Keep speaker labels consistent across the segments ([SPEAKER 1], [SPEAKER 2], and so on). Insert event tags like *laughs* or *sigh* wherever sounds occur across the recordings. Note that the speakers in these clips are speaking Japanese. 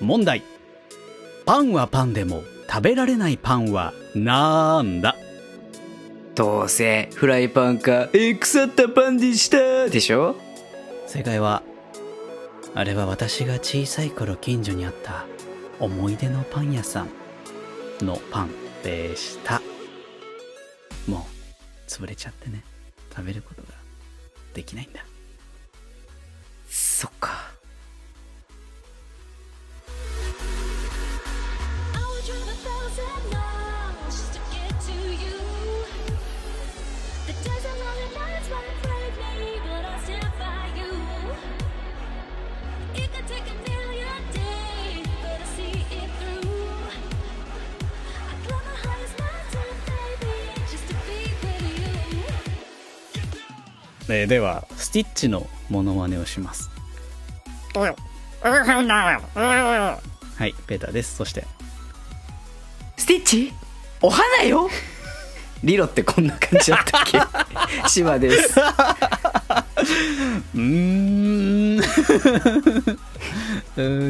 [SPEAKER 1] 問題パンはパンでも食べられないパンはなんだ
[SPEAKER 2] どうせフライパンかえー腐ったパンでしたでしょ
[SPEAKER 1] 正解はあれは私が小さい頃近所にあった思い出のパン屋さんのパンでしたもう潰れちゃってね食べることができないんだ
[SPEAKER 2] そっか
[SPEAKER 3] I would drive a thousand miles just to get to you. The days and lonely nights might break me, but I'll stand by you. It could take a million days, but I see it through. I climb the highest mountain, baby, just to be with you.
[SPEAKER 1] えーではスティッチのモノマネをしますはいペーターですそして
[SPEAKER 2] スティッチお花よ *laughs* リロってこんな感じだったっ *laughs* けシバです
[SPEAKER 1] うーんうーん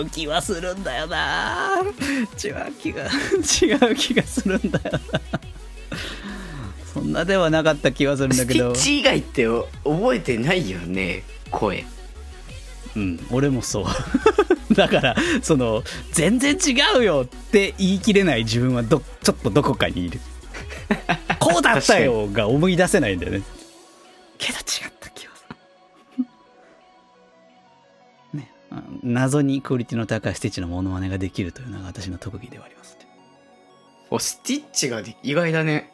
[SPEAKER 1] 違う気はするんだよな違う気が *laughs* 違う気がするんだよなそんなではなかった気はするんだ
[SPEAKER 2] ス
[SPEAKER 1] け
[SPEAKER 2] ティ
[SPEAKER 1] ど
[SPEAKER 2] ッチ以外って覚えてないよね声
[SPEAKER 1] うん俺もそう *laughs* だからその全然違うよって言い切れない自分はどちょっとどこかにいる
[SPEAKER 2] *laughs*
[SPEAKER 1] こうだったよが思い出せないんだよねけど違った気はするねあ謎にクオリティの高いスティッチのモノマネができるというのが私の特技ではあります
[SPEAKER 2] おスティッチがで意外だね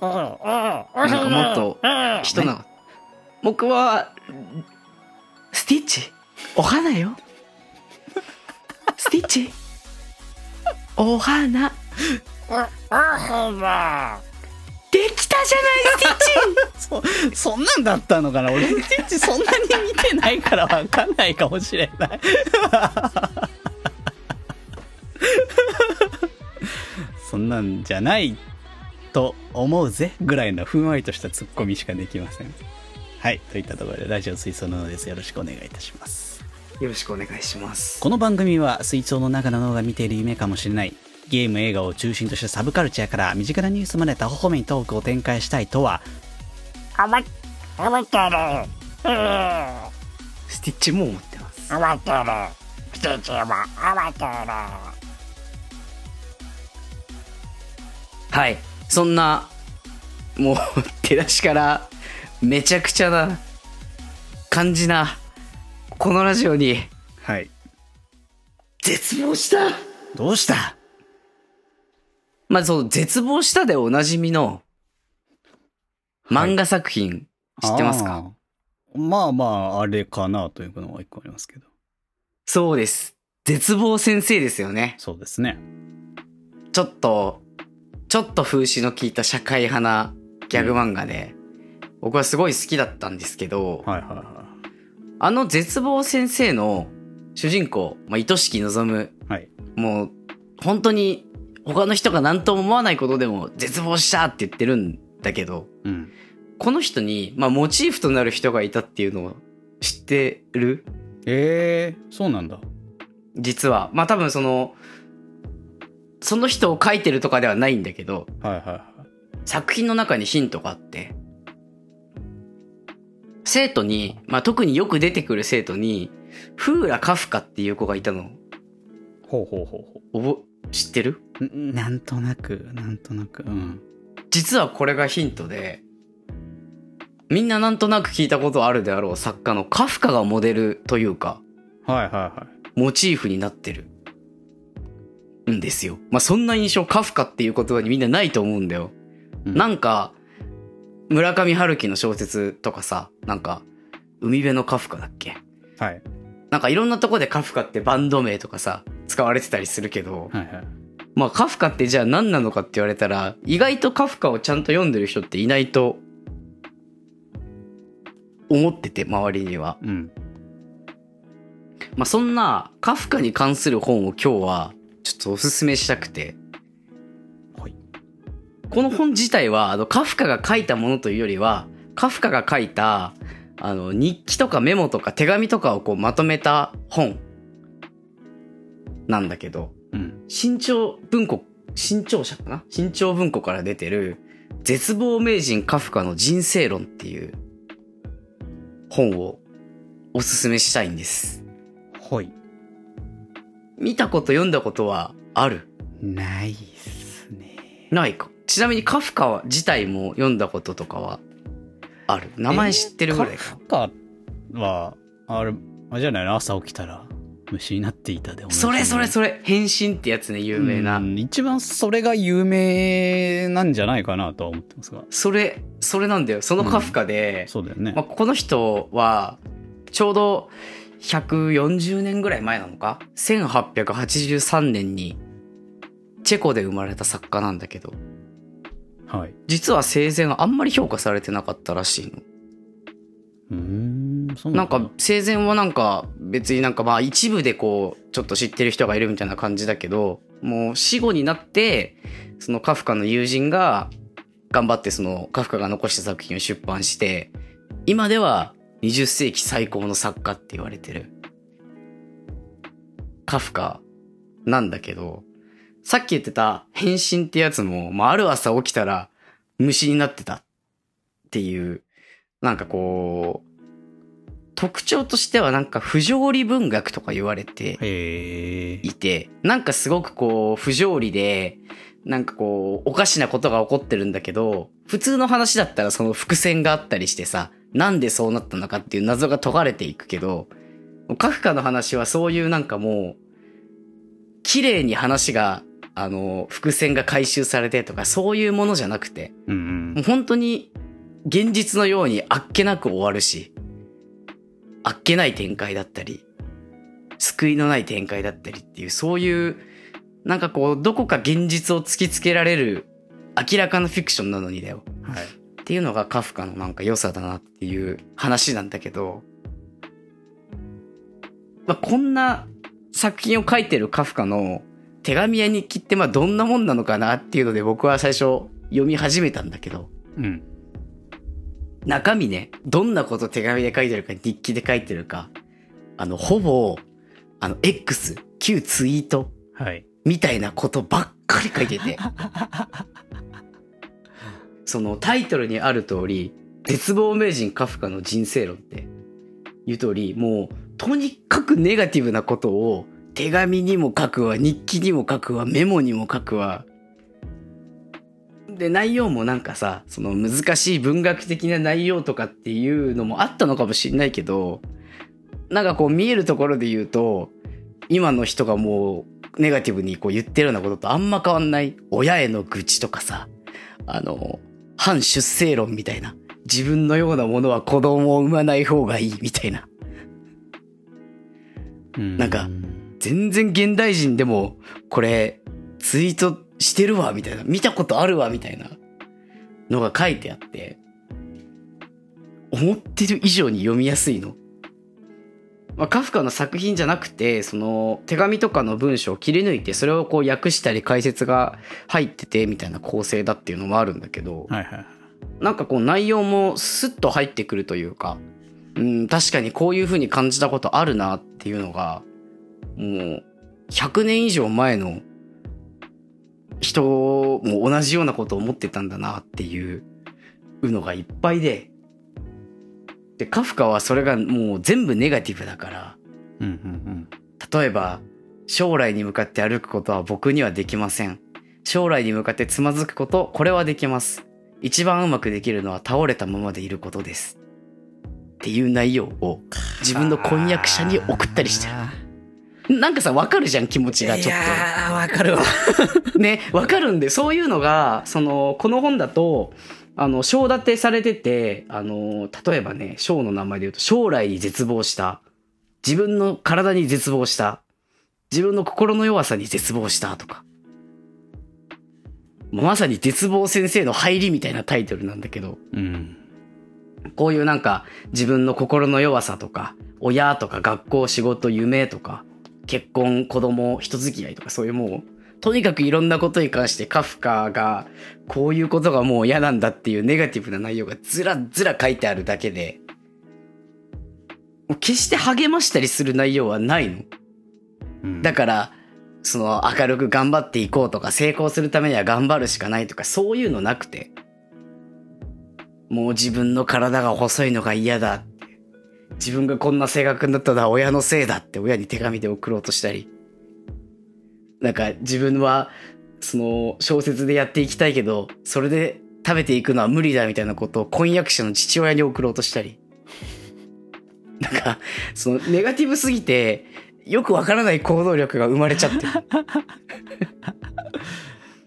[SPEAKER 4] な
[SPEAKER 2] なん
[SPEAKER 4] んか
[SPEAKER 2] かも
[SPEAKER 4] も
[SPEAKER 2] っ
[SPEAKER 4] っと
[SPEAKER 2] と人な、僕はスティッチお花 *laughs* よスティッチお花できたじゃないスティッ
[SPEAKER 1] *laughs*
[SPEAKER 2] チ
[SPEAKER 1] そそんなんだったのかな俺スティッチそんなに見てないからわかんないかもしれない *laughs* そんなんじゃないと思うぜぐらいのふんわりとしたツッコミしかできませんはいといったところでラジオ水槽なのですよろしくお願いいたします
[SPEAKER 2] よろしくお願いします
[SPEAKER 1] この番組は水槽の中の脳が見ている夢かもしれないゲーム映画を中心としたサブカルチャーから身近なニュースまで他方面にトークを展開したいとは
[SPEAKER 4] 余ったらうん
[SPEAKER 2] スティッチも思ってます
[SPEAKER 4] 余ったらステージは余ったら
[SPEAKER 2] はいそんなもう手出しからめちゃくちゃな感じなこのラジオに
[SPEAKER 1] はい
[SPEAKER 2] 絶望した
[SPEAKER 1] どうした
[SPEAKER 2] まあ、その、絶望したでおなじみの、漫画作品、知ってますか
[SPEAKER 1] あーまあまあ、あれかなというのが一個ありますけど。
[SPEAKER 2] そうです。絶望先生ですよね。
[SPEAKER 1] そうですね。
[SPEAKER 2] ちょっと、ちょっと風刺の効いた社会派なギャグ漫画で、僕はすごい好きだったんですけど、
[SPEAKER 1] はいはいは
[SPEAKER 2] あの絶望先生の主人公、まあ、愛しき望む、
[SPEAKER 1] い。はい。
[SPEAKER 2] もう、本当に、他の人が何とも思わないことでも、絶望したって言ってるんだけど、
[SPEAKER 1] うん。
[SPEAKER 2] この人に、まあ、モチーフとなる人がいたっていうのを知ってる
[SPEAKER 1] ええそうなんだ。
[SPEAKER 2] 実は。まあ、多分その、その人を書いてるとかではないんだけど、
[SPEAKER 1] はいはいはい。
[SPEAKER 2] 作品の中にヒントがあって、生徒に、まあ、特によく出てくる生徒に、フーラ・カフカっていう子がいたの、
[SPEAKER 1] ほうほうほうほ
[SPEAKER 2] おぼ、知ってる
[SPEAKER 1] う。んなんとなく、なんとなく。うん。
[SPEAKER 2] 実はこれがヒントで、みんななんとなく聞いたことあるであろう作家のカフカがモデルというか、
[SPEAKER 1] はいはいは
[SPEAKER 2] モチーフになってるんですよ。まあ、そんな印象カフカっていう言葉にみんなないと思うんだよ。
[SPEAKER 1] うん
[SPEAKER 2] なんか、村上春樹の小説とかさ、なんか、海辺のカフカだっけ
[SPEAKER 1] い。はい。
[SPEAKER 2] なんかいろんなとこでカフカってバンド名とかさ、使われてたりするけど、
[SPEAKER 1] はいはい。
[SPEAKER 2] まあカフカってじゃあ何なのかって言われたら、意外とカフカをちゃんと読んでる人っていないと、思ってて、周りには。
[SPEAKER 1] うん。
[SPEAKER 2] まあ、そんなカフカに関する本を今日はちょっとおすすめしたくて、
[SPEAKER 1] はい
[SPEAKER 2] この本自体はあのカフカが書いたものというよりはカフカが書いたあの日記とかメモとか手紙とかをこうまとめた本なんだけど、
[SPEAKER 1] うん。
[SPEAKER 2] 新潮文庫、新潮社かな新潮文庫から出てる、絶望名人カフカの人生論っていう本をおすすめしたいんです。
[SPEAKER 1] ほい。
[SPEAKER 2] 見たこと読んだことはある
[SPEAKER 1] ないっすね。
[SPEAKER 2] ないか。ちなみにカフカは自体も読んだこととかはある。名前知ってるぐらいか。
[SPEAKER 1] カフカは、あれ、あれじゃないの朝起きたら虫になっていたでおなじみ
[SPEAKER 2] それそれそれ、変身ってやつね、有名な。
[SPEAKER 1] うん一番それが有名なんじゃないかなとは思ってますが。
[SPEAKER 2] それ、それなんだよ。そのカフカで、
[SPEAKER 1] そうだよね。
[SPEAKER 2] *laughs* まあ、この人はちょうど140年ぐらい前なのか1883年にチェコで生まれた作家なんだけど
[SPEAKER 1] はい。
[SPEAKER 2] 実は生前あんまり評価されてなかったらしいの。
[SPEAKER 1] うーん、そうなん
[SPEAKER 2] な
[SPEAKER 1] のか
[SPEAKER 2] か生前はなんか別になんかまあ一部でこうちょっと知ってる人がいるみたいな感じだけどもう死後になってそのカフカの友人が頑張ってそのカフカが残した作品を出版して今では20世紀最高の作家って言われてるカフカなんだけどさっき言ってた変身ってやつも、まあ、ある朝起きたら虫になってたっていうなんかこう特徴としてはなんか不条理文学とか言われて
[SPEAKER 1] へえ。
[SPEAKER 2] いて、なんかすごくこう不条理で、なんかこうおかしなことが起こってるんだけど、普通の話だったらその伏線があったりしてさ、なんでそうなったのかっていう謎が解かれていくけど、カフカの話はそういうなんかもう、綺麗に話が、あの、伏線が回収されてとかそういうものじゃなくて、
[SPEAKER 1] うんう。
[SPEAKER 2] もうん本当に現実のようにあっけなく終わるし、あっけない展開だったり、救いのない展開だったりっていう、そういう、なんかこう、どこか現実を突きつけられる、明らかなフィクションなのにだよ。
[SPEAKER 1] はい。
[SPEAKER 2] っていうのがカフカのなんか良さだなっていう話なんだけど、まあ、こんな作品を書いてるカフカの手紙や日記ってまあどんなもんなのかなっていうので僕は最初読み始めたんだけど、
[SPEAKER 1] うん。
[SPEAKER 2] 中身ね、どんなこと手紙で書いてるか日記で書いてるか、あの、ほぼ、あの、X、旧ツイート
[SPEAKER 1] はい。
[SPEAKER 2] みたいなことばっかり書いてて。そのタイトルにある通り、絶望名人カフカの人生論って言う通り、もう、とにかくネガティブなことを手紙にも書くわ、日記にも書くわ、メモにも書くわ。で、内容もなんかさ、その難しい文学的な内容とかっていうのもあったのかもしれないけど、なんかこう見えるところで言うと、今の人がもうネガティブにこう言ってるようなこととあんま変わんない親への愚痴とかさあの反出生論みたいな自分のようなものは子供を産まない方がいいみたいななんか全然現代人でもこれツイートしてるわみたいな見たことあるわみたいなのが書いてあって思ってる以上に読みやすいの。まあ、カフカの作品じゃなくてその手紙とかの文章を切り抜いてそれをこう訳したり解説が入っててみたいな構成だっていうのもあるんだけど、
[SPEAKER 1] はいはい。
[SPEAKER 2] なんかこう内容もスッと入ってくるというか、うん、確かにこういう風に感じたことあるなっていうのが、もう、100年以上前の人も同じようなことを思ってたんだなっていうのがいっぱいで、で、カフカはそれがもう全部ネガティブだから、
[SPEAKER 1] うんうん
[SPEAKER 2] 例えば、将来に向かって歩くことは僕にはできません。将来に向かってつまずくこと、これはできます。一番うまくできるのは倒れたままでいることです。っていう内容を自分の婚約者に送ったりしてる。なんかさ、わかるじゃん、気持ちがちょっと。
[SPEAKER 1] ああ、わかるわ。
[SPEAKER 2] *laughs* ね、わかるんで、そういうのが、その、この本だと、あの、章立てされてて、あの、例えばね、章の名前で言うと、将来に絶望した。自分の体に絶望した。自分の心の弱さに絶望したとか。もうまさに絶望先生の入りみたいなタイトルなんだけど、
[SPEAKER 1] うん。
[SPEAKER 2] こういうなんか自分の心の弱さとか、親とか学校、仕事、夢とか、結婚、子供、人付き合いとかそういうもう、とにかくいろんなことに関してカフカがこういうことがもう嫌なんだっていうネガティブな内容がずらずら書いてあるだけで、もう決して励ましたりする内容はないの。
[SPEAKER 1] うん
[SPEAKER 2] だから、その明るく頑張っていこうとか、成功するためには頑張るしかないとか、そういうのなくて。もう自分の体が細いのが嫌だって。自分がこんな性格になったのは親のせいだって親に手紙で送ろうとしたり。なんか自分は、その小説でやっていきたいけど、それで食べていくのは無理だみたいなことを婚約者の父親に送ろうとしたり。なんか、そのネガティブすぎて、よくわからない行動力が生まれちゃってる。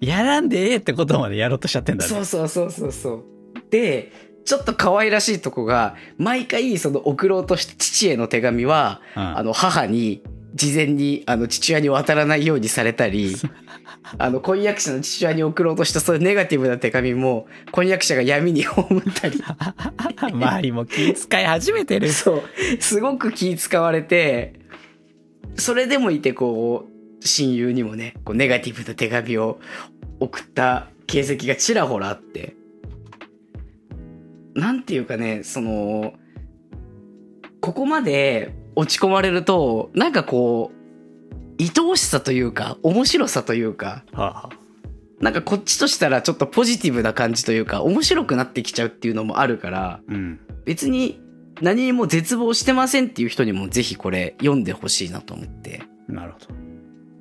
[SPEAKER 1] やらんでええってことまでやろうとしちゃってんだね。
[SPEAKER 2] *laughs* そうそうそうそうそう。で、ちょっと可愛らしいとこが、毎回その送ろうとした父への手紙は、
[SPEAKER 1] うん
[SPEAKER 2] あの母に事前にあの父親に渡らないようにされた *laughs* り、あの婚約者の父親に送ろうとしたそういうネガティブな手紙も婚約者が闇に葬ったり、
[SPEAKER 1] *laughs* 周りも気遣い始めてる。
[SPEAKER 2] *laughs* そう、すごく気使われて、それでもいてこう、親友にもね、こうネガティブな手紙を送った形跡がちらほらあって、なんていうかね、その、ここまで落ち込まれると、なんかこう、愛おしさというか、面白さというか、
[SPEAKER 1] はあ
[SPEAKER 2] なんかこっちとしたらちょっとポジティブな感じというか、面白くなってきちゃうっていうのもあるから、
[SPEAKER 1] うん。
[SPEAKER 2] 別に何にも絶望してませんっていう人にもぜひこれ読んでほしいなと思って。
[SPEAKER 1] なるほど。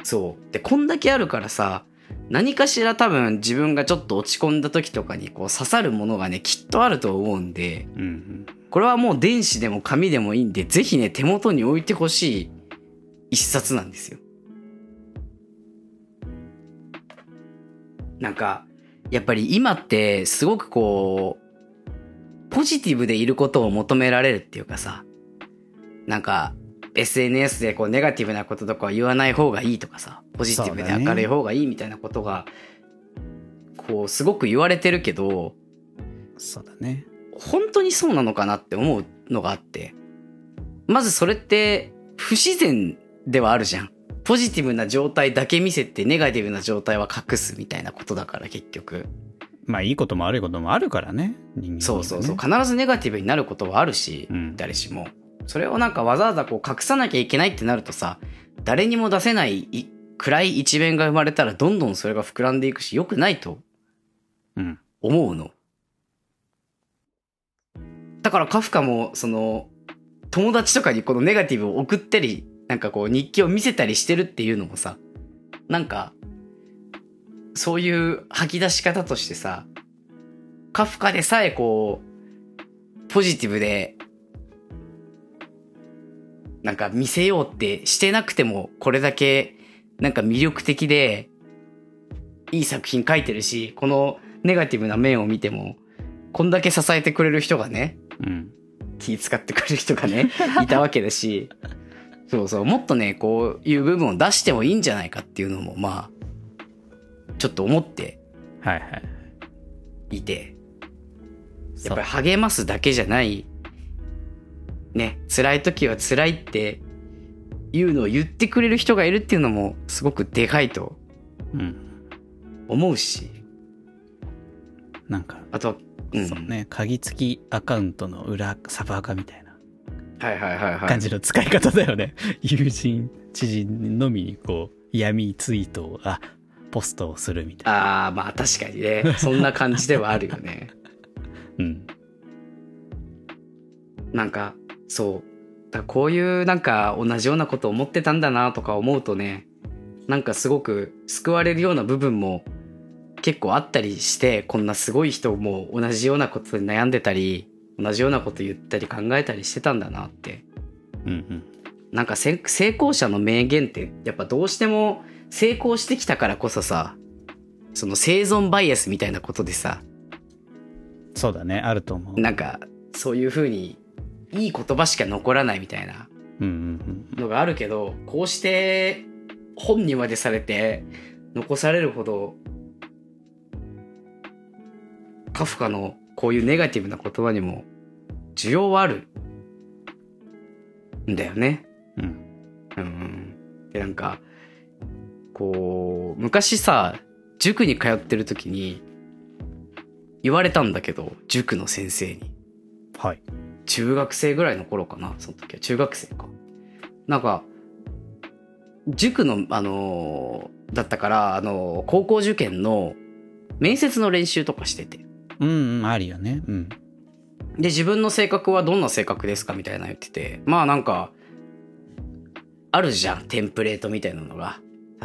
[SPEAKER 2] そう。で、こんだけあるからさ、何かしら多分自分がちょっと落ち込んだ時とかにこう刺さるものがね、きっとあると思うんで、
[SPEAKER 1] うんうん。
[SPEAKER 2] これはもう電子でも紙でもいいんで、ぜひね、手元に置いてほしい一冊なんですよ。なんか、やっぱり今ってすごくこう、ポジティブでいることを求められるっていうかさ、なんか、SNS でこうネガティブなこととかは言わない方がいいとかさ、ポジティブで
[SPEAKER 1] そうだね
[SPEAKER 2] 明るい方がいいみたいなことが、こうすごく言われてるけど、
[SPEAKER 1] そうだね。
[SPEAKER 2] 本当にそうなのかなって思うのがあって。まずそれって不自然ではあるじゃん。ポジティブな状態だけ見せてネガティブな状態は隠すみたいなことだから結局。
[SPEAKER 1] まあいいことも悪いこともあるからね。人間にはね
[SPEAKER 2] そうそうそう。必ずネガティブになることはあるし、
[SPEAKER 1] うん
[SPEAKER 2] 誰しも。それをなんかわざわざこう隠さなきゃいけないってなるとさ、誰にも出せないい暗い一面が生まれたらどんどんそれが膨らんでいくし、良くないと
[SPEAKER 1] うん。
[SPEAKER 2] 思うの。だからカフカもその友達とかにこのネガティブを送ったりなんかこう日記を見せたりしてるっていうのもさなんかそういう吐き出し方としてさカフカでさえこうポジティブでなんか見せようってしてなくてもこれだけなんか魅力的でいい作品書いてるしこのネガティブな面を見てもこんだけ支えてくれる人がね
[SPEAKER 1] うん。
[SPEAKER 2] 気使ってくれる人
[SPEAKER 1] *laughs*
[SPEAKER 2] がねいたわけだしそうそうもっとねこういう部分を出してもいいんじゃないかっていうのもまあちょっと思って
[SPEAKER 1] はいはい。
[SPEAKER 2] いて
[SPEAKER 1] そ
[SPEAKER 2] やっ
[SPEAKER 1] う
[SPEAKER 2] ぱり励ますだけじゃないね辛い時は辛いっていうのを言ってくれる人がいるっていうのもすごくでかいと
[SPEAKER 1] うん。
[SPEAKER 2] 思うし
[SPEAKER 1] なんか、
[SPEAKER 2] あとはうん
[SPEAKER 1] そうね、鍵付きアカウントの裏、サブアカみたいな
[SPEAKER 2] はいはいはいはい
[SPEAKER 1] 感じの使い方だよね。 *laughs* 友人、知人のみにこう、闇ツイートを、あ、ポストをするみたいな。
[SPEAKER 2] ああ、まあ確かにね。そんな感じではあるよね。 *laughs*
[SPEAKER 1] うん。
[SPEAKER 2] なんか、そう。だからこういうなんか同じようなこと思ってたんだなとか思うとね、なんかすごく救われるような部分も結構あったりして、こんなすごい人も同じようなことで悩んでたり、同じようなこと言ったり考えたりしてたんだなって。
[SPEAKER 1] うんうん。
[SPEAKER 2] なんかせ成功者の名言ってやっぱどうしても成功してきたからこそさ、その生存バイアスみたいなことでさ、
[SPEAKER 1] そうだね、あると思う。
[SPEAKER 2] なんかそういう風にいい言葉しか残らないみたいな
[SPEAKER 1] うんうん
[SPEAKER 2] のがあるけどこうして本にまでされて残されるほどカフカのこういうネガティブな言葉にも需要はあるんだよね。
[SPEAKER 1] うん。うん。
[SPEAKER 2] うんでなんかこう昔さ塾に通ってる時に言われたんだけど塾の先生に。
[SPEAKER 1] はい。
[SPEAKER 2] 中学生ぐらいの頃かなその時は中学生かなんか塾の、あのーだったから、あのー高校受験の面接の練習とかしてて。
[SPEAKER 1] うんうん、あるよね。うん。
[SPEAKER 2] で、自分の性格はどんな性格ですかみたいなの言ってて。まあなんか、あるじゃん、テンプレートみたいなのが。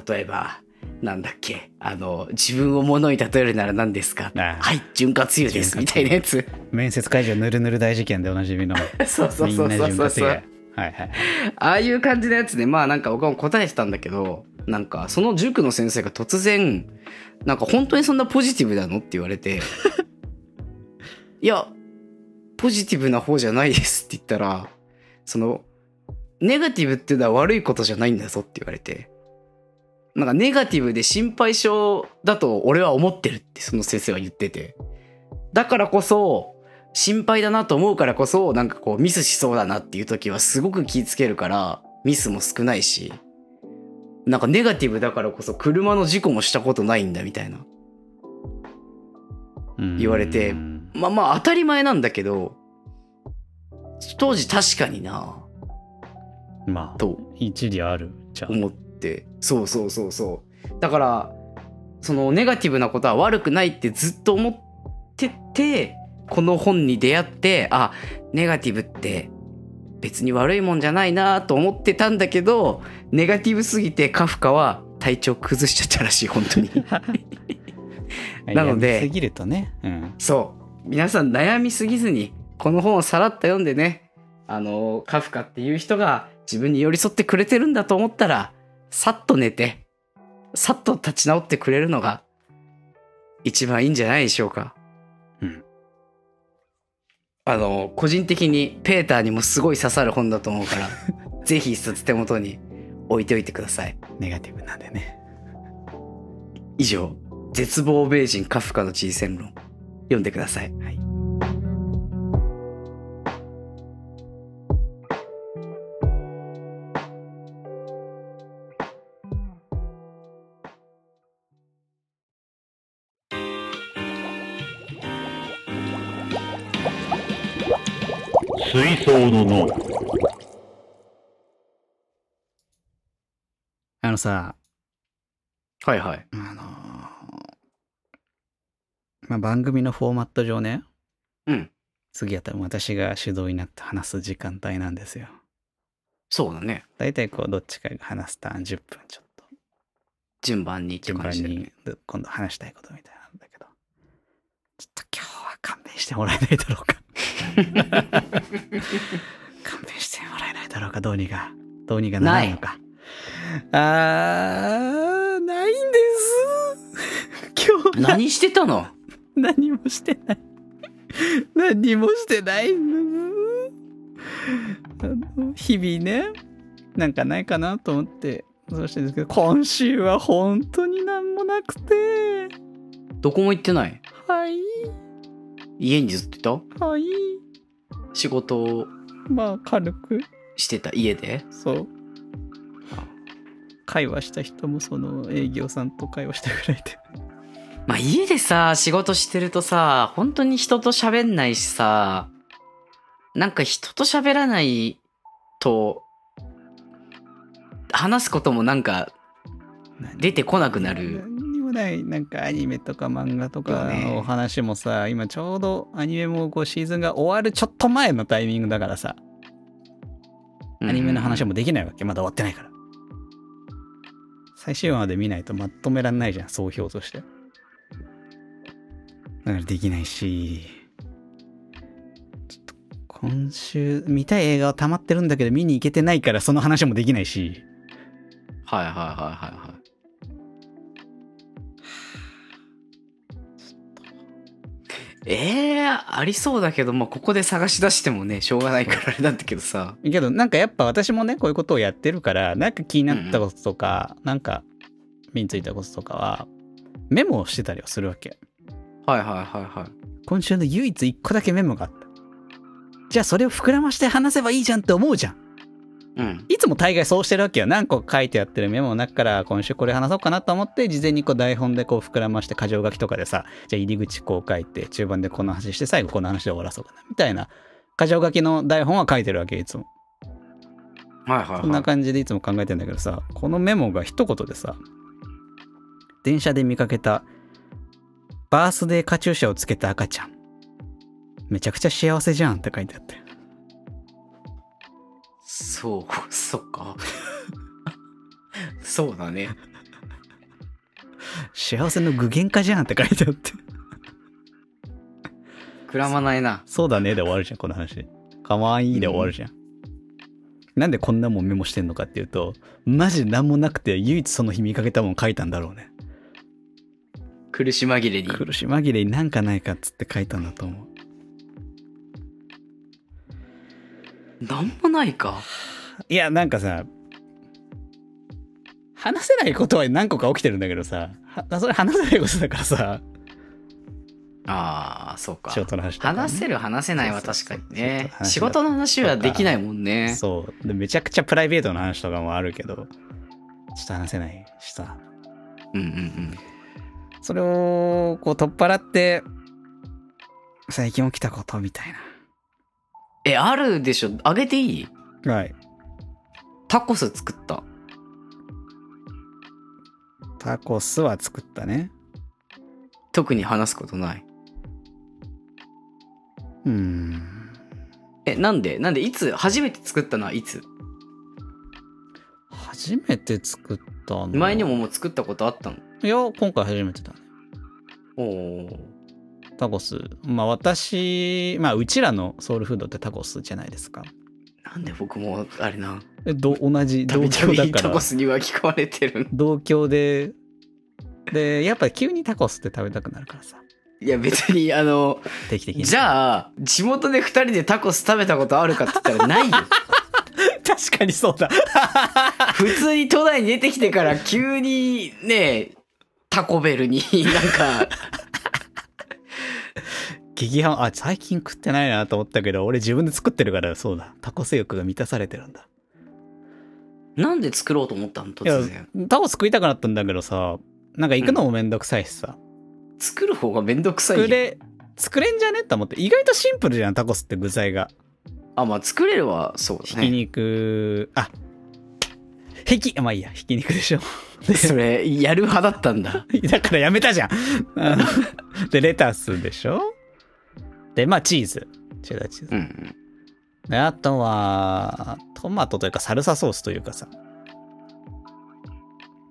[SPEAKER 2] 例えば、なんだっけ、あの、自分を物に例えるなら何ですか
[SPEAKER 1] ああ
[SPEAKER 2] はい、潤滑油です。みたいなやつ。
[SPEAKER 1] 面接会場ぬるぬる大事件でおなじみの。
[SPEAKER 2] *laughs* そうそう
[SPEAKER 1] み
[SPEAKER 2] そ
[SPEAKER 1] んな
[SPEAKER 2] うそう
[SPEAKER 1] 潤
[SPEAKER 2] そ
[SPEAKER 1] 滑
[SPEAKER 2] うそ
[SPEAKER 1] 油
[SPEAKER 2] う。
[SPEAKER 1] はいはい。
[SPEAKER 2] ああいう感じのやつで、まあなんか僕も答えてたんだけど、なんかその塾の先生が突然、なんか本当にそんなポジティブなのって言われて、いや、ポジティブな方じゃないですって言ったら、その、ネガティブっていうのは悪いことじゃないんだぞって言われて、なんかネガティブで心配性だと俺は思ってるってその先生は言ってて、だからこそ、心配だなと思うからこそ、なんかこうミスしそうだなっていう時はすごく気ぃつけるから、ミスも少ないし、なんかネガティブだからこそ車の事故もしたことないんだみたいな。
[SPEAKER 1] うん
[SPEAKER 2] 言われて
[SPEAKER 1] うん
[SPEAKER 2] まあまあ当たり前なんだけど、当時確かにな
[SPEAKER 1] まあ、
[SPEAKER 2] と
[SPEAKER 1] 一理あるじゃん。
[SPEAKER 2] 思って、そうそうそうそう。だから、そのネガティブなことは悪くないってずっと思ってて、この本に出会って、あ、ネガティブって別に悪いもんじゃないなと思ってたんだけど、ネガティブすぎてカフカは体調崩しちゃったらしい、本当に。なので
[SPEAKER 1] やりすぎるとね。うん。
[SPEAKER 2] そう。皆さん悩みすぎずに、この本をさらっと読んでね、あの、カフカっていう人が自分に寄り添ってくれてるんだと思ったら、さっと寝て、さっと立ち直ってくれるのが、一番いいんじゃないでしょうか。
[SPEAKER 1] うん。
[SPEAKER 2] あの、個人的にペーターにもすごい刺さる本だと思う
[SPEAKER 1] *laughs*
[SPEAKER 2] から、ぜひ一冊手元に置いておいてください。
[SPEAKER 1] ネガティブなんでね。
[SPEAKER 2] 以上、絶望米人カフカの人選論、読んでください。はい。
[SPEAKER 5] 水槽の脳
[SPEAKER 1] あのさ、
[SPEAKER 2] はいはい。
[SPEAKER 1] あのーまあ、番組のフォーマット上ね、
[SPEAKER 2] うん。
[SPEAKER 1] 次は多分私が主導になって話す時間帯なんですよ。
[SPEAKER 2] そうだね。
[SPEAKER 1] 大体こう、どっちかが話すターン10分ちょっと。
[SPEAKER 2] 順番にって
[SPEAKER 1] 順
[SPEAKER 2] 感
[SPEAKER 1] 番
[SPEAKER 2] じだよね
[SPEAKER 1] に今度話したいことみたいなんだけど、ちょっと今日は勘弁してもらえないだろうか。勘
[SPEAKER 2] *laughs*
[SPEAKER 1] 弁してもらえないだろうか、どうにか。どうにかならないのか。あー、ないんです。今日
[SPEAKER 2] *laughs* 何してたの
[SPEAKER 1] *laughs* 何もしてない。 *laughs* 何もしてないんです。あの日々ね、なんかないかなと思って、そうしてるんですけど、今週は本当に何もなくて、
[SPEAKER 2] どこも行ってない
[SPEAKER 1] はい、
[SPEAKER 2] 家にずっとい
[SPEAKER 1] はい、
[SPEAKER 2] た仕事を
[SPEAKER 1] まあ軽く、
[SPEAKER 2] してた家で
[SPEAKER 1] そう。会話した人もその営業さんと会話したぐらいで。
[SPEAKER 2] まあ家でさ仕事してるとさ本当に人と喋んないしさなんか人と喋らないと話すこともなんか出てこなくなる
[SPEAKER 1] 何にもないなんかアニメとか漫画とか
[SPEAKER 2] よね
[SPEAKER 1] のお話もさ、今ちょうどアニメもこうシーズンが終わるちょっと前のタイミングだからさアニメの話
[SPEAKER 2] も
[SPEAKER 1] もできないわけまだ終わってないから最終話まで見ないとまとめらんないじゃん総評としてだからできないしちょっと今週見たい映画は溜まってるんだけど見に行けてないからその話もできないし
[SPEAKER 2] はいはいはいはいはいええー、ありそうだけど、まあ、ここで探し出してもね、しょうがないからあれなんだけどさ。
[SPEAKER 1] けどなんかやっぱ私もねこういうことをやってるからなんか気になったこととか、なんか身についたこととかはメモをしてたりはするわけ
[SPEAKER 2] はいはいはいはい。
[SPEAKER 1] 今週の唯一一個だけメモがあったじゃあそれを膨らまして話せばいいじゃんって思うじゃん
[SPEAKER 2] うん。
[SPEAKER 1] いつも大概そうしてるわけよ何個書いてあってるメモの中から今週これ話そうかなと思って事前にこう台本でこう膨らまして箇条書きとかでさじゃあ入り口こう書いて中盤でこの話して最後この話で終わらそうかなみたいな箇条書きの台本は書いてるわけよいつも
[SPEAKER 2] はいはい、はい。
[SPEAKER 1] そんな感じでいつも考えてんだけどさ、このメモが一言でさ、電車で見かけたバースデーカチューシャをつけた赤ちゃん。めちゃくちゃ幸せじゃんって書いてあって。
[SPEAKER 2] そう、そっ *laughs* か。そうだね。
[SPEAKER 1] 幸せの具現化じゃんって書いてあって。
[SPEAKER 2] くらまないな。
[SPEAKER 1] そうだねで終わるじゃん、この話。かわいいで終わるじゃん。なんでこんなもんメモしてんのかっていうと、マジ何もなくて唯一その日見かけたもん書いたんだろうね。
[SPEAKER 2] 苦し紛れに。
[SPEAKER 1] 苦し紛れになんかないかっつって書いたんだと思う。
[SPEAKER 2] なんもないか。
[SPEAKER 1] いや、なんかさ、話せないことは何個か起きてるんだけどさ、はそれ話せないことだからさ、
[SPEAKER 2] ああ、そうか
[SPEAKER 1] 仕。事の話とかね、
[SPEAKER 2] 話せる話せないは確かにね
[SPEAKER 1] そうそうそう
[SPEAKER 2] 仕事の話はできないもんね
[SPEAKER 1] そう。で、めちゃくちゃプライベートの話とかもあるけど、ちょっと話せないしさ。
[SPEAKER 2] うんうんうん
[SPEAKER 1] それを、こう、取っ払って、最近起きたことみたい
[SPEAKER 2] えあるでしょあげていい
[SPEAKER 1] な。はい。
[SPEAKER 2] タコス作った
[SPEAKER 1] タコスは作ったね。
[SPEAKER 2] 特に話すことないう
[SPEAKER 1] ーん。
[SPEAKER 2] えなんでなんでいつ初めて作ったのはいつ
[SPEAKER 1] 初めて作ったの
[SPEAKER 2] 前にも。もう作ったことあったの
[SPEAKER 1] いや、今回初めてだね。
[SPEAKER 2] おお
[SPEAKER 1] タコス。まあ私、まあうちらのソウルフードってタコスじゃないですか。
[SPEAKER 2] なんで僕もあれな
[SPEAKER 1] え、ど、同じ、
[SPEAKER 2] た
[SPEAKER 1] 同
[SPEAKER 2] びた
[SPEAKER 1] 郷だ
[SPEAKER 2] び
[SPEAKER 1] か
[SPEAKER 2] タ
[SPEAKER 1] ら
[SPEAKER 2] コ。スに巻き込まれてる
[SPEAKER 1] 同郷で、で、やっぱ急にタコスって食べたくなるからさ。
[SPEAKER 2] いや別
[SPEAKER 1] *laughs*
[SPEAKER 2] にあの
[SPEAKER 1] 定期的に。
[SPEAKER 2] じ
[SPEAKER 1] あ
[SPEAKER 2] ゃあ地元で2人でタコス食べたことあるかって言ったらない
[SPEAKER 1] *laughs*
[SPEAKER 2] よ
[SPEAKER 1] 確かにそうだ。
[SPEAKER 2] 普通に都内に出てきてから急にねタコベル
[SPEAKER 1] *laughs*
[SPEAKER 2] になんか
[SPEAKER 1] 激ハマ、あ、最近食ってないなと思ったけど、俺自分で作ってるから、そうだ。タコス欲が満たされてるんだ。
[SPEAKER 2] なんで作ろうと思ったの
[SPEAKER 1] いや
[SPEAKER 2] 突然。、
[SPEAKER 1] タコス食いたくなったんだけどさ、なんか行くのもめんどくさいしさ。
[SPEAKER 2] 作る方がめんどくさい
[SPEAKER 1] 作
[SPEAKER 2] よ。
[SPEAKER 1] れ、作れんじゃねって思って、意外とシンプルじゃん、タコスって具材が。
[SPEAKER 2] あ、まあ作れるはそう
[SPEAKER 1] ひ
[SPEAKER 2] だ
[SPEAKER 1] き
[SPEAKER 2] ね。
[SPEAKER 1] 肉、あ、ひき、まあいいや、ひき肉でしょ。
[SPEAKER 2] *laughs* それ、やる派だったんだ。
[SPEAKER 1] だからやめたじゃん。あの *laughs* で、レタスでしょで、まあチーズ。チェダーチーズ
[SPEAKER 2] う。ん。
[SPEAKER 1] であとは、トマトというかサルサソースというかさ。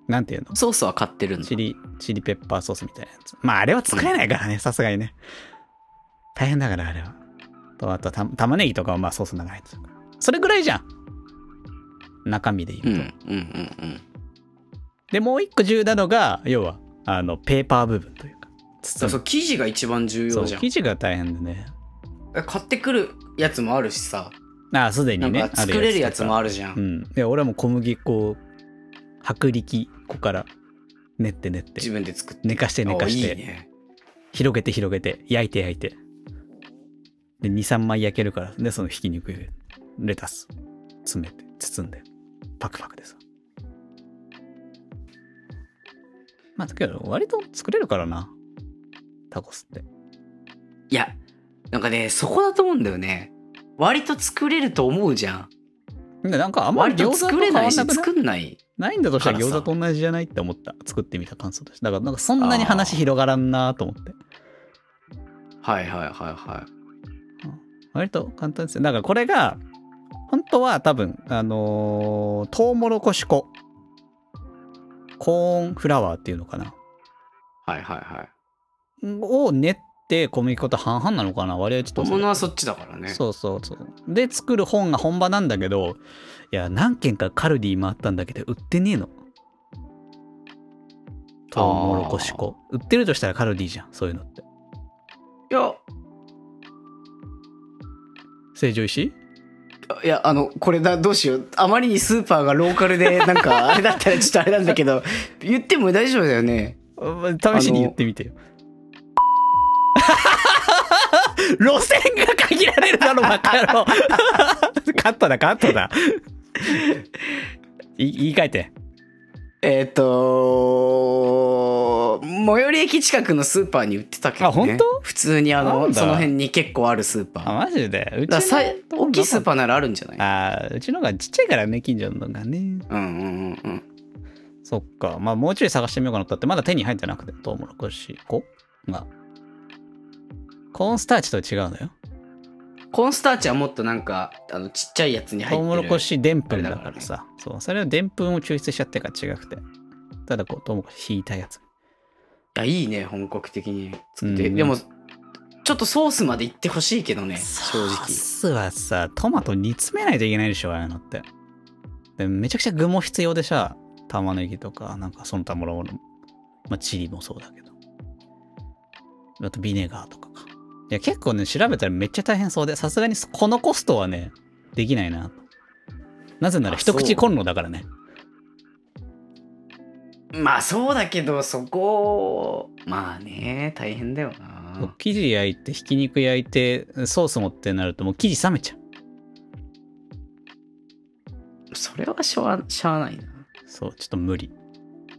[SPEAKER 1] なんていうの
[SPEAKER 2] ソースは買ってるんだ
[SPEAKER 1] チ。リ、チリペッパーソースみたいなやつ。まああれは作れないからね、さすがにね。大変だから、あれは。と、あとた、玉ねぎとかはまあソースの中に入ってるからそれぐらいじゃん。中身で言うと。
[SPEAKER 2] うん、うん、うん、うん。
[SPEAKER 1] で、もう一個重要なのが、要は、あの、ペーパー部分というか。
[SPEAKER 2] そ
[SPEAKER 1] 包
[SPEAKER 2] う、そう生地が一番重
[SPEAKER 1] む
[SPEAKER 2] 要じ
[SPEAKER 1] そ
[SPEAKER 2] ゃ。
[SPEAKER 1] うん生地が大変でね。
[SPEAKER 2] 買ってくるやつもあるしさ、
[SPEAKER 1] ああ、すで
[SPEAKER 2] な
[SPEAKER 1] に
[SPEAKER 2] ん
[SPEAKER 1] ね
[SPEAKER 2] か。作れるやつも
[SPEAKER 1] あ
[SPEAKER 2] あるじゃ。
[SPEAKER 1] るとか。うんん。で、俺はもう小麦粉を、薄力粉から練って練って
[SPEAKER 2] 自、分で作って。
[SPEAKER 1] 寝かして寝かして、
[SPEAKER 2] あいいね。
[SPEAKER 1] 広げて広げて、焼いて焼いて。で、2、3枚焼けるから、で、そのひき肉入れ、レタス、詰めて、包んで、パクパクでさ。まあ、だけど、割と作れるからな。タコスって。
[SPEAKER 2] いや、なんかね、そこだと思うんだよね。割と作れると思うじゃん。
[SPEAKER 1] でなんかあんまり
[SPEAKER 2] 割
[SPEAKER 1] 餃
[SPEAKER 2] と
[SPEAKER 1] 子と
[SPEAKER 2] 作
[SPEAKER 1] 変
[SPEAKER 2] れ
[SPEAKER 1] わん
[SPEAKER 2] ない
[SPEAKER 1] な
[SPEAKER 2] し、
[SPEAKER 1] くない
[SPEAKER 2] 作んない。
[SPEAKER 1] ないんだとしたら
[SPEAKER 2] から
[SPEAKER 1] 餃
[SPEAKER 2] さ
[SPEAKER 1] 子と同じじゃないって思った。作ってみた感想として。だからなんかそんなに話広がらんなと思って。
[SPEAKER 2] はいはいはいはい。
[SPEAKER 1] 割と簡単ですよ。だからこれが、本当は多分、あのー、トウモロコシ粉。コーンフラワーっていうのかな。
[SPEAKER 2] はいはいはい。
[SPEAKER 1] を練って小麦粉と半々なのかな。割合ちょっと
[SPEAKER 2] 本
[SPEAKER 1] 遅い。
[SPEAKER 2] 物はそっちだからね。
[SPEAKER 1] そうそうそう。で、作る本が本場なんだけど、いや、何軒かカルディ回ったんだけど、売ってねえの。トウモロコシ粉。売ってるとしたらカルディじゃん、そういうのって。
[SPEAKER 2] いや、
[SPEAKER 1] 成城石井
[SPEAKER 2] いや、あの、これだ、どうしよう。あまりにスーパーがローカルで、 *laughs* なんか、あれだったらちょっとあれなんだけど、言っても大丈夫だよね。
[SPEAKER 1] あ試しに言ってみ *laughs* てよ。路線が限られるだろ、バカ野郎。カットだ、カットだ。い言い換えて。
[SPEAKER 2] えっ、とと、最寄り駅近くのスーパーに売ってたけど、ね。
[SPEAKER 1] あ本当
[SPEAKER 2] 普通にあ
[SPEAKER 1] なん
[SPEAKER 2] の、
[SPEAKER 1] だ
[SPEAKER 2] その辺に結構あるスーパー。
[SPEAKER 1] あ、マジでうち
[SPEAKER 2] だ
[SPEAKER 1] の
[SPEAKER 2] さい
[SPEAKER 1] とこ
[SPEAKER 2] 大きいスーパ
[SPEAKER 1] ー
[SPEAKER 2] ーならあるんじゃない
[SPEAKER 1] あーうちのがちっちゃいからね近所のがね
[SPEAKER 2] うんうんうんうん。
[SPEAKER 1] そっかまあもうちょい探してみようかなと思ってまだ手に入ってなくてトウモロコシ粉がコーンスターチと違うのよ
[SPEAKER 2] コーンスターチはもっとなんか、あの、ちっちゃいやつに入って
[SPEAKER 1] ト
[SPEAKER 2] る。
[SPEAKER 1] ウモロコシでんぷんだからさそうそれはでんぷんを抽出しちゃってるから違くてただこうトウモロコシ引いたやつ
[SPEAKER 2] いや、いいね、本格的に作って。
[SPEAKER 1] うん
[SPEAKER 2] でも、ちょっとソースまでいってほしいけどね、正
[SPEAKER 1] ソースはさトマト煮詰めないといけないでしょああいうのってでめちゃくちゃ具も必要でさ玉ねぎとかなんかその他もろもろまあチリもそうだけどあとビネガーとかかいや結構ね調べたらめっちゃ大変そうでさすがにこのコストはねできないなとなぜなら
[SPEAKER 2] あ
[SPEAKER 1] 一口
[SPEAKER 2] そう
[SPEAKER 1] コンロだからね
[SPEAKER 2] 直。まあ、そうだけど、そこ、まあね、大変だよ
[SPEAKER 1] そう
[SPEAKER 2] な。
[SPEAKER 1] 生地焼いてひき肉焼いてソース持ってなるともう生地冷めちゃう
[SPEAKER 2] それはしょうしゃあないな。
[SPEAKER 1] そうちょっと無理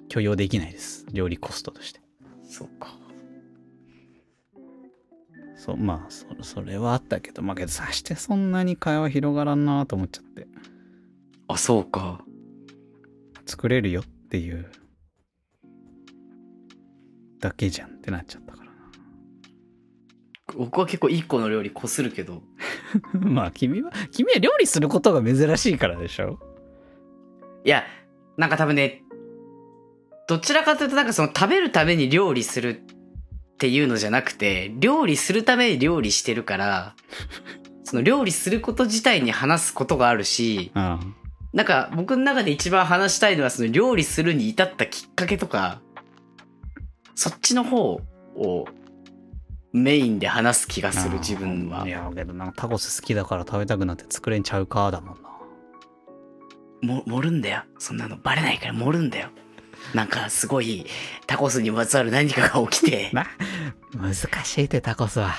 [SPEAKER 1] 許容できないです料理コストとして
[SPEAKER 2] そうか。
[SPEAKER 1] そう、まあ、そそれはあったけど、まあけど、さしてそんなに会話広がらんなと思っちゃって、
[SPEAKER 2] あ、そうか。
[SPEAKER 1] 作れるよっていう、だけじゃんってなっちゃったから
[SPEAKER 2] 僕は結構一個の料理こするけど、
[SPEAKER 1] な。 *laughs* まあ、君は、君は料理することが珍しいからでしょ
[SPEAKER 2] いや、なんか多分ね、どちらかというとなんかその食べるために料理するっていうのじゃなくて、料理するために料理してるから、その料理すること自体に話すことがあるし、
[SPEAKER 1] うん。。
[SPEAKER 2] なんか僕の中で一番話したいのはその料理するに至ったきっかけとか、そっちの方をメインで話す気がする自分はい
[SPEAKER 1] や、けど、なんかタコス好きだから食べたくなって作れんちゃうか、だもんな。
[SPEAKER 2] も盛るんだよそんなのバレないから盛るんだよなんかすごいタコスにまつわる何かが起
[SPEAKER 1] *laughs*
[SPEAKER 2] きて
[SPEAKER 1] な、難しいって、タコスは。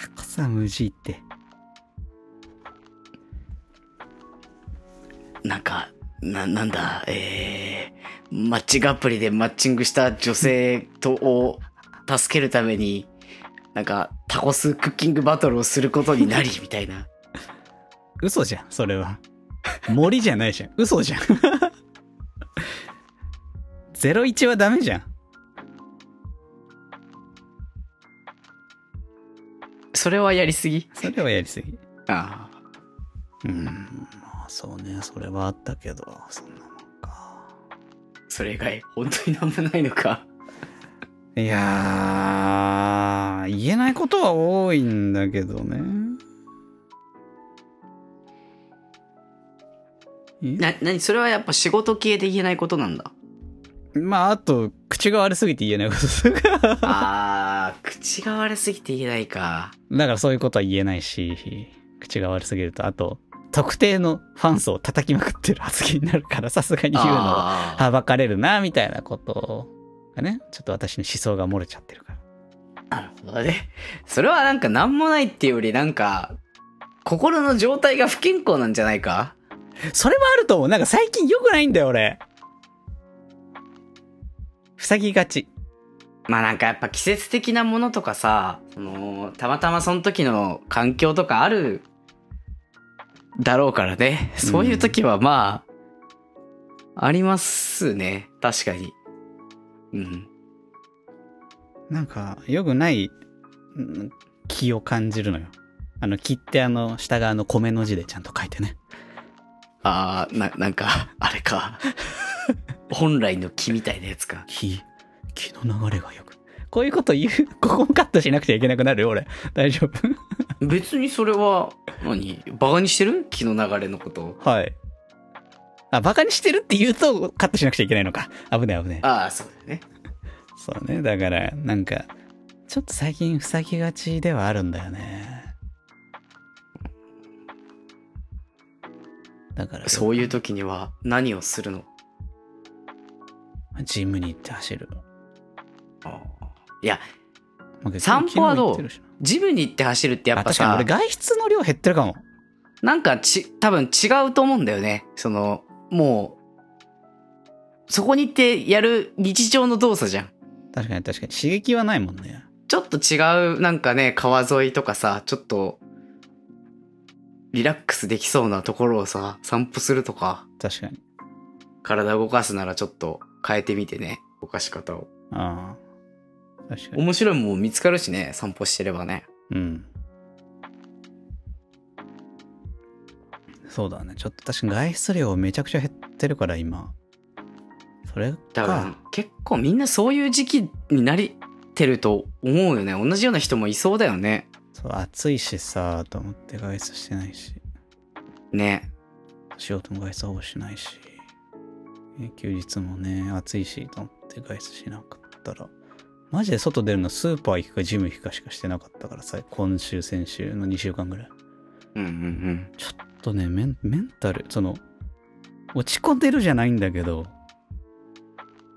[SPEAKER 1] タコスは無事って。
[SPEAKER 2] なんかななんだえー、マッチングアプリでマッチングした女性とを助けるためになんかタコスクッキングバトルをすることになりみたいな
[SPEAKER 1] 嘘じゃん、それは。森じゃないじゃん。嘘じゃん。01はダメじゃん。
[SPEAKER 2] それはやりすぎ
[SPEAKER 1] それはやりすぎ。
[SPEAKER 2] あ
[SPEAKER 1] うん。まあ、そうね。それはあったけど、そんなもんか。
[SPEAKER 2] あそれ以外本当になんもないのか
[SPEAKER 1] いやー、言えないことは多いんだけどね。え
[SPEAKER 2] な何それはやっぱ仕事系で言えないことなんだ
[SPEAKER 1] まあ、あと、口が悪すぎて言えないこととか。
[SPEAKER 2] あー口が悪すぎて言えないか
[SPEAKER 1] だからそういうことは言えないし、口が悪すぎると、あと、特定のファン層を叩きまくってる発言になるから、さすがに言うのは
[SPEAKER 2] あー
[SPEAKER 1] はばかれるな、みたいなことがね、ちょっと私の思想が漏れちゃってるから。
[SPEAKER 2] なるほどね。それはなんか何もないっていうよりなんか、心の状態が不健康なんじゃないか
[SPEAKER 1] それもあると思う。なんか最近良くないんだよ、俺。塞ぎがち。
[SPEAKER 2] まあなんかやっぱ季節的なものとかさ、その、たまたまその時の環境とかある、だろうからね。そういう時はまあ、ありますね。確かに。うん。
[SPEAKER 1] なんか、良くない、うん気を感じるのよ。あの、気ってあの、下側の米の字でちゃんと書いてね。
[SPEAKER 2] ああ、な、なんか、あれ
[SPEAKER 1] *laughs*
[SPEAKER 2] か。本来の木みたいなやつか。
[SPEAKER 1] 気、気の流れが良く。こういうこと言う、 *laughs* ここもカットしなくちゃいけなくなるよ、俺。大丈夫。
[SPEAKER 2] 別にそれは何、バカにしてる木の流れのことを。
[SPEAKER 1] はい。あ、バカにしてるって言うとカットしなくちゃいけないのか。危ない危ない。
[SPEAKER 2] ああ、そうだよね。
[SPEAKER 1] そうね。だから、なんか、ちょっと最近塞ぎがちではあるんだよね。だから、
[SPEAKER 2] そういう時には何をするの
[SPEAKER 1] ジムに行って走る。
[SPEAKER 2] いや、
[SPEAKER 1] まあ
[SPEAKER 2] 散歩はどう
[SPEAKER 1] 昨日行ってるしな
[SPEAKER 2] ジムに行って走るってやっ
[SPEAKER 1] あ
[SPEAKER 2] ぱ
[SPEAKER 1] 確かに
[SPEAKER 2] さ
[SPEAKER 1] 俺、外出の量減ってるかも。
[SPEAKER 2] なんかち、多分違うと思うんだよね。その、もそこに行ってやる日常の動作じゃん。
[SPEAKER 1] 確かに確かに。刺激はないもんね。
[SPEAKER 2] ちょっと違う、なんかね、川沿いとかさ、ちょっと、リラックスできそうなところをさ、散歩するとか、
[SPEAKER 1] 確かに。
[SPEAKER 2] 体動かすならちょっと変えてみてね、動かし方を。
[SPEAKER 1] ああ。確かに。
[SPEAKER 2] 面白いもん見つかるしね、散歩してればね。
[SPEAKER 1] うん。そうだね。ちょっと確かに外出量めちゃくちゃ減ってるから今。それ
[SPEAKER 2] だから
[SPEAKER 1] か。
[SPEAKER 2] 結構みんなそういう時期になりてると思うよね。同じような人もいそうだよね。
[SPEAKER 1] そう、暑いしさ、と思って外出してないし。
[SPEAKER 2] ね。
[SPEAKER 1] 仕事も外出はほぼしないし。え休日もね、暑いし、と思って外出しなかったら。マジで外出るのスーパー行くかジム行くかしかしてなかったからさ、今週、先週の2週間ぐらい。
[SPEAKER 2] うんうんうん。
[SPEAKER 1] ちょっとね、メンメンタル、その、落ち込んでるじゃないんだけど、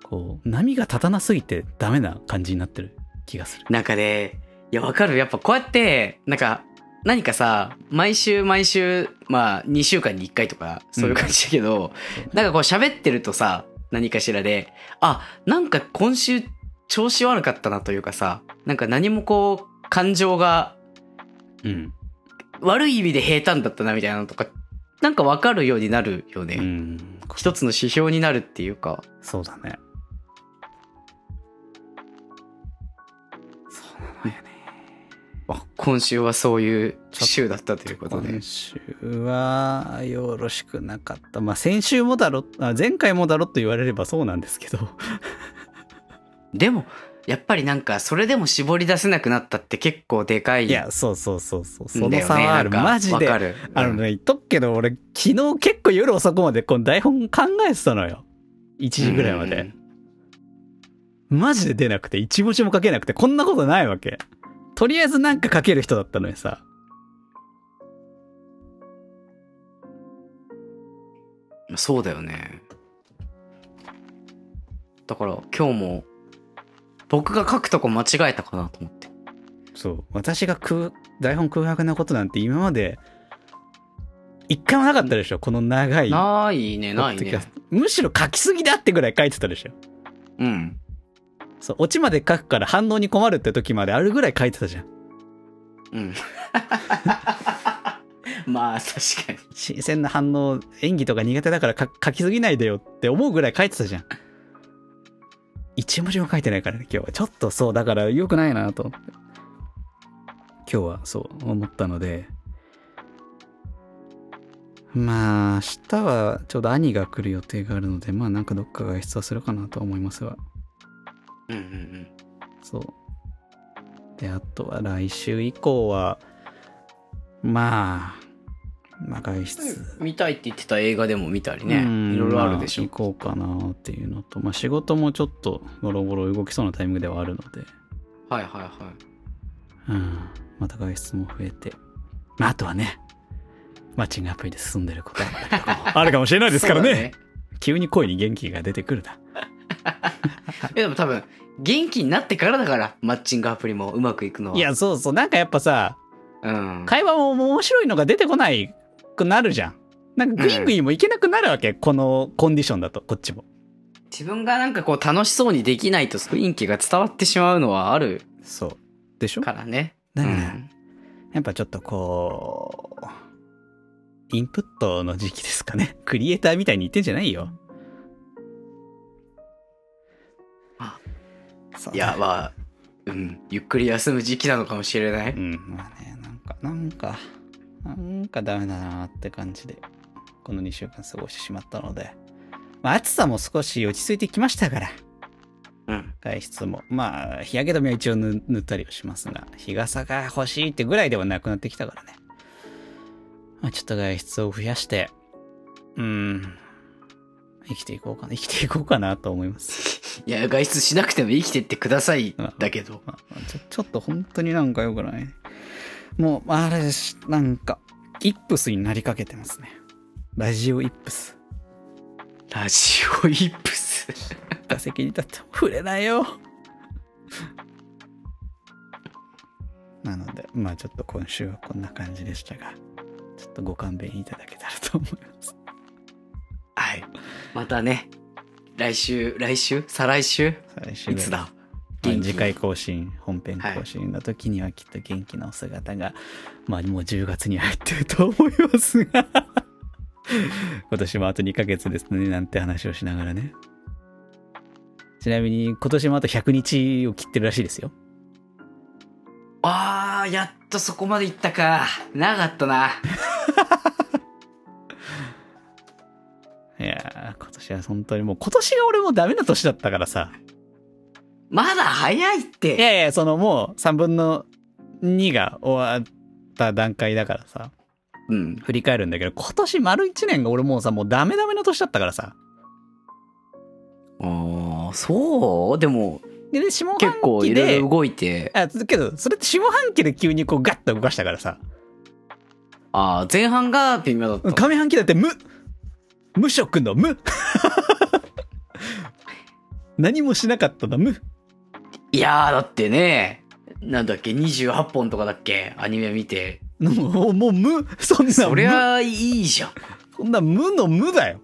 [SPEAKER 1] こう、波が立たなすぎてダメな感じになってる気がする。
[SPEAKER 2] なんかね、いや、わかる。やっぱこうやって、なんか、何かさ、毎週毎週、まあ、2週間に1回とか、そういう感じだけど、なんかこう喋ってるとさ、何かしらで、あ、なんか今週調子悪かったなというかさ、なんか何もこう、感情が
[SPEAKER 1] うん。
[SPEAKER 2] 悪い意味で平坦だったなみたいなのとか、なんかわかるようになるよね。
[SPEAKER 1] うん。
[SPEAKER 2] 一つの指標になるっていうか。
[SPEAKER 1] そうだね。
[SPEAKER 2] あ今週はそういう週だったということで
[SPEAKER 1] 今。週はよろしくなかった。まあ、先週もだろ、あ前回もだろと言われればそうなんですけど。
[SPEAKER 2] でも、やっぱりなんか、それでも絞り出せなくなったって結構でかい。
[SPEAKER 1] いや、そうそうそうそう。
[SPEAKER 2] だよ
[SPEAKER 1] そ
[SPEAKER 2] ね、
[SPEAKER 1] の差はある。
[SPEAKER 2] なんか
[SPEAKER 1] マジで。
[SPEAKER 2] わかる。
[SPEAKER 1] あのね、言っとくけど、俺、昨日結構夜遅くまでこの台本考えてたのよ。1
[SPEAKER 2] うん、
[SPEAKER 1] 時ぐらいま
[SPEAKER 2] うんう
[SPEAKER 1] で
[SPEAKER 2] ん。。
[SPEAKER 1] マジで出なくて、1文字も書けなくて、こんなことないわけ。とりあえずなんか書ける人だったのにさ。
[SPEAKER 2] まあそうだよね。だから、今日も、僕が書くとこ間違えたかなと思って。
[SPEAKER 1] そう。私が空、台本空白なことなんて今まで、一回もなかったでしょこの長い。
[SPEAKER 2] ないね、ない
[SPEAKER 1] ポッドキャ
[SPEAKER 2] ね
[SPEAKER 1] ス。トむしろ書きすぎだってぐらい書いてたでしょ
[SPEAKER 2] うん。
[SPEAKER 1] そう、オチまで書くから反応に困るって時まであるぐらい書いてたじゃん。
[SPEAKER 2] うん。 *laughs* まあ、確かに。
[SPEAKER 1] 新鮮な反応、演技とか苦手だからか書きすぎないでよって思うぐらい書いてたじゃん。一文字も書いてないからね、今日は。ちょっとそう、だから良くないなと思って。今日はそう思ったので。まあ、明日はちょうど兄が来る予定があるので、まあなんかどっか外出はするかなとは思いますが。
[SPEAKER 2] うんうんうん。
[SPEAKER 1] そう。で、あとは来週以降は、まあ、まあ外出。
[SPEAKER 2] 見たいって言ってた映画でも見たりね、いろいろあるでしょ
[SPEAKER 1] ま。行こうかなっていうのと、まあ仕事もちょっとボロボロ動きそうなタイミングではあるので、
[SPEAKER 2] はいはいはい。
[SPEAKER 1] うん、また外出も増えて、まああとはね、マッチングアプリで進んでる
[SPEAKER 2] *laughs*
[SPEAKER 1] ことだったりとかもあるかもしれないですからね。急に声に元気が出てくるな。
[SPEAKER 2] そうだね。えでも多分、元気になってからだから、マッチングアプリもうまくいくのは。
[SPEAKER 1] い、や、そうそう、なんかやっぱさ、
[SPEAKER 2] うん。
[SPEAKER 1] 会話も面白いのが出てこないくなるじゃん。なんかグイグイもいけなくなるわけ、このコンディションだと、こっちも。
[SPEAKER 2] 自分がなんかこう楽しそうにできないと雰囲気が伝わってしまうのはある
[SPEAKER 1] そう。でしょ
[SPEAKER 2] からね。
[SPEAKER 1] だから、
[SPEAKER 2] うん
[SPEAKER 1] やっぱちょっとこう、インプットの時期ですかね。 *laughs* クリエイターみたいに言ってんじゃないよ。
[SPEAKER 2] あ
[SPEAKER 1] そう。
[SPEAKER 2] いや、まあ、うん。ゆっくり休む時期なのかもしれないう
[SPEAKER 1] ん、まあね、なんか、なんか、なんかダメだなって感じで、この2週間過ごしてしまったので、まあ暑さも少し落ち着いてきましたから、
[SPEAKER 2] うん。
[SPEAKER 1] 外出も。まあ、日焼け止めは一応塗塗ったりはしますが、日傘が欲しいってぐらいではなくなってきたからね。まあ、ちょっと外出を増やして、うーん、生きていこうかな、生きていこうかなと思います。
[SPEAKER 2] いや、外出しなくても生きてってください
[SPEAKER 1] まあ
[SPEAKER 2] だけど。
[SPEAKER 1] まあまあちょ、ちょっと本当になんか良くない。もう、あれです、なんか、イップスになりかけてますね。ラジオイップス。
[SPEAKER 2] ラジオイップス。 *laughs*
[SPEAKER 1] 打席に立っても触れないよ。なので、まあちょっと今週はこんな感じでしたが、ちょっとご勘弁いただけたらと思います。
[SPEAKER 2] はい。またね、来週、来週再来週
[SPEAKER 1] 最終回
[SPEAKER 2] いつだ
[SPEAKER 1] まあ
[SPEAKER 2] 元気
[SPEAKER 1] 次回更新、本編更新の時にはきっと元気なお姿が、まあもう10月に入ってると思いますが、 *laughs* 今年もあと2ヶ月ですね、なんて話をしながらね。ちなみに今年もあと100日を切ってるらしいですよ。
[SPEAKER 2] あー、やっとそこまで行ったか。長かったな。
[SPEAKER 1] いやー、今年は本当にもう今年が俺もダメな年だったからさ。
[SPEAKER 2] まだ早いっ
[SPEAKER 1] い
[SPEAKER 2] て。
[SPEAKER 1] やいや、そのもう3分の2が終わった段階だからさ。
[SPEAKER 2] うん。
[SPEAKER 1] 振り返るんだけど、今年丸1年が俺もうさ、もうダメダメの年だったからさ。
[SPEAKER 2] あー、そうでも、
[SPEAKER 1] で、ね、下半期で
[SPEAKER 2] 結構いろいろ動いて。
[SPEAKER 1] あけどそれって下半期で急にこうガッと動かしたからさ
[SPEAKER 2] あー、前半が微妙だった。
[SPEAKER 1] 上半期だって無無職の無 *laughs* 何もしなかったの無
[SPEAKER 2] いやー、だってね、なんだっけ、28本とかだっけ、アニメ見て。
[SPEAKER 1] もうもう無そんな
[SPEAKER 2] そりゃいいじゃん。
[SPEAKER 1] 無そんな無の無だよ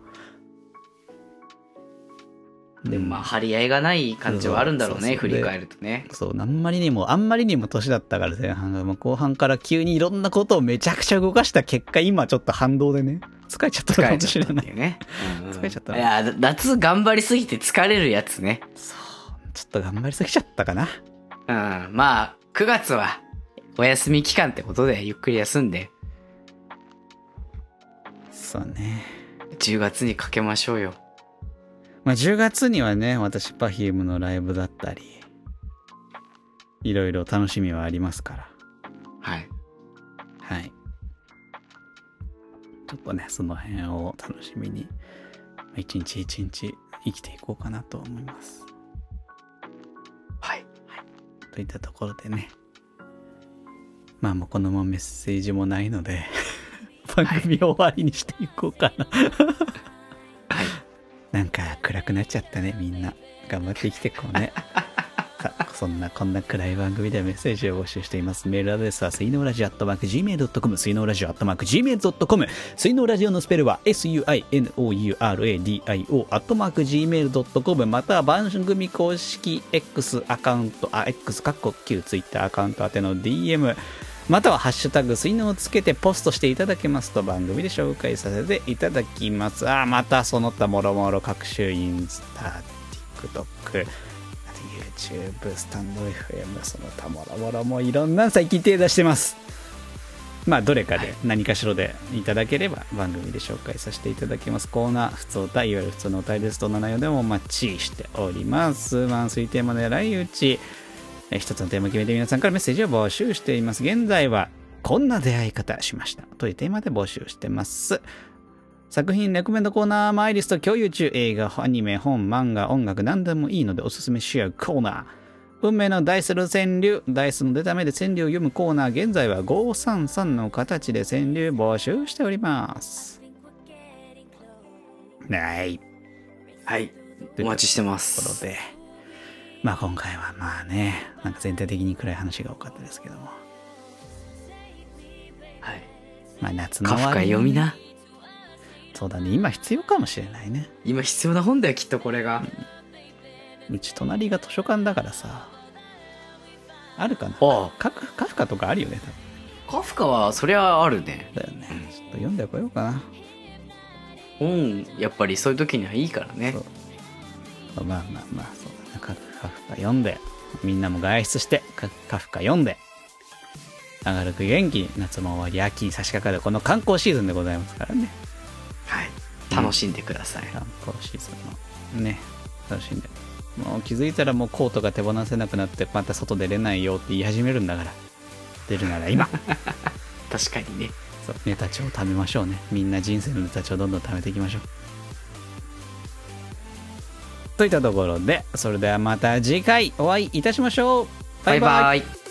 [SPEAKER 2] でもまあ、
[SPEAKER 1] あ
[SPEAKER 2] 張り合いがない感じはあるんだろうね、
[SPEAKER 1] そうそ
[SPEAKER 2] 振
[SPEAKER 1] うそう
[SPEAKER 2] り返るとね。
[SPEAKER 1] そうあんまりにもあんまりにも年だったから前半がもう後半から急にいろんなことをめちゃくちゃ動かした結果今ちょっと反動でね疲れちゃったの
[SPEAKER 2] 疲
[SPEAKER 1] か
[SPEAKER 2] れ
[SPEAKER 1] もし
[SPEAKER 2] ちゃ
[SPEAKER 1] れ
[SPEAKER 2] ったっ
[SPEAKER 1] ない
[SPEAKER 2] ていうね。うんうん
[SPEAKER 1] *laughs* 疲れちゃったない
[SPEAKER 2] やー、夏頑張りすぎて疲れるやつね。
[SPEAKER 1] ちょっと頑張りすぎちゃったかな
[SPEAKER 2] うん、まあ、9月はお休み期間ってことで、ゆっくり休んで、
[SPEAKER 1] そうね
[SPEAKER 2] 10月にかけましょうよ。
[SPEAKER 1] まあ、10月にはね、私、Perfume のライブだったり、いろいろ楽しみはありますから。
[SPEAKER 2] はい。
[SPEAKER 1] はい。ちょっとね、その辺を楽しみに、まあ一日一日生きていこうかなと思います。
[SPEAKER 2] はい。
[SPEAKER 1] といったところでね。まあもうこのままメッセージもないので、番組を終わりにしていこうかな。
[SPEAKER 2] はい。
[SPEAKER 1] なんか暗くなっちゃったね、みんな。頑張って生きてこうね。さあ、そんなこんな暗い番組ではメッセージを募集しています。メールアドレスは、水のラジオアットマーク Gmail.com、水のラジオアットマーク Gmail.com、水のラジオのスペルは、suinouradio アットマーク Gmail.com、または番組公式 X アカウント、あ、X かっこ Q ツイッターアカウント宛ての DM、または「ハッシュタグ水の」をつけてポストしていただけますと番組で紹介させていただきますあーまたその他もろもろ各種インスタ TikTok あと YouTube スタンド FM その他もろもろもいろんな最近手出してますまあどれかで何かしらでいただければ番組で紹介させていただきますコーナー普通歌いわゆる普通のお便りですと74でもお待ちしておりますマンスリーテーマの来打ちえー一つのテーマを決めて皆さんからメッセージを募集しています。現在は、こんな出会い方しました。というテーマで募集してます。作品、レコメンドコーナー、マイリスト共有中、映画、アニメ、本、漫画、音楽、何でもいいのでおすすめし合うコーナー。運命のダイスの川柳、ダイスの出た目で川柳を読むコーナー、現在は533の形で川柳募集しております。はい。
[SPEAKER 2] はい。お待ちしてま
[SPEAKER 1] ところ
[SPEAKER 2] す。
[SPEAKER 1] で、まあ今回はまあね、なんか全体的に暗い話が多かったですけども、
[SPEAKER 2] はい。
[SPEAKER 1] まあ夏の
[SPEAKER 2] カ
[SPEAKER 1] 終
[SPEAKER 2] フ
[SPEAKER 1] わ
[SPEAKER 2] カ
[SPEAKER 1] りに
[SPEAKER 2] 読みな。
[SPEAKER 1] そうだね、今必要かもしれないね。
[SPEAKER 2] 今必要な本だよ、きっとこれが。
[SPEAKER 1] うち隣が図書館だからさ、あるかな
[SPEAKER 2] あ
[SPEAKER 1] カフカフカとかあるよね、多
[SPEAKER 2] あ、カフカは、そりゃあるね。
[SPEAKER 1] 分だよね。ちょっと読んでこようかな。
[SPEAKER 2] 本、やっぱりそういう時にはいいからね
[SPEAKER 1] そう。まあまあまあ、そうだな、カフカフカ読んで、みんなも外出して、カカフカ読んで、明るく元気に夏も終わり、秋に差し掛かるこの観光シーズンでございますからね。
[SPEAKER 2] はい。楽しんでください。
[SPEAKER 1] 観光シーズンのね楽しんでもう気づいたらもうコートが手放せなくなってまた外出れないよって言い始めるんだから出るなら今
[SPEAKER 2] 確かにね。
[SPEAKER 1] そうネタ帳を貯めましょうねみんな人生のネタ帳をどんどん貯めていきましょうといったところでそれではまた次回お会いいたしましょう
[SPEAKER 2] バイバイ。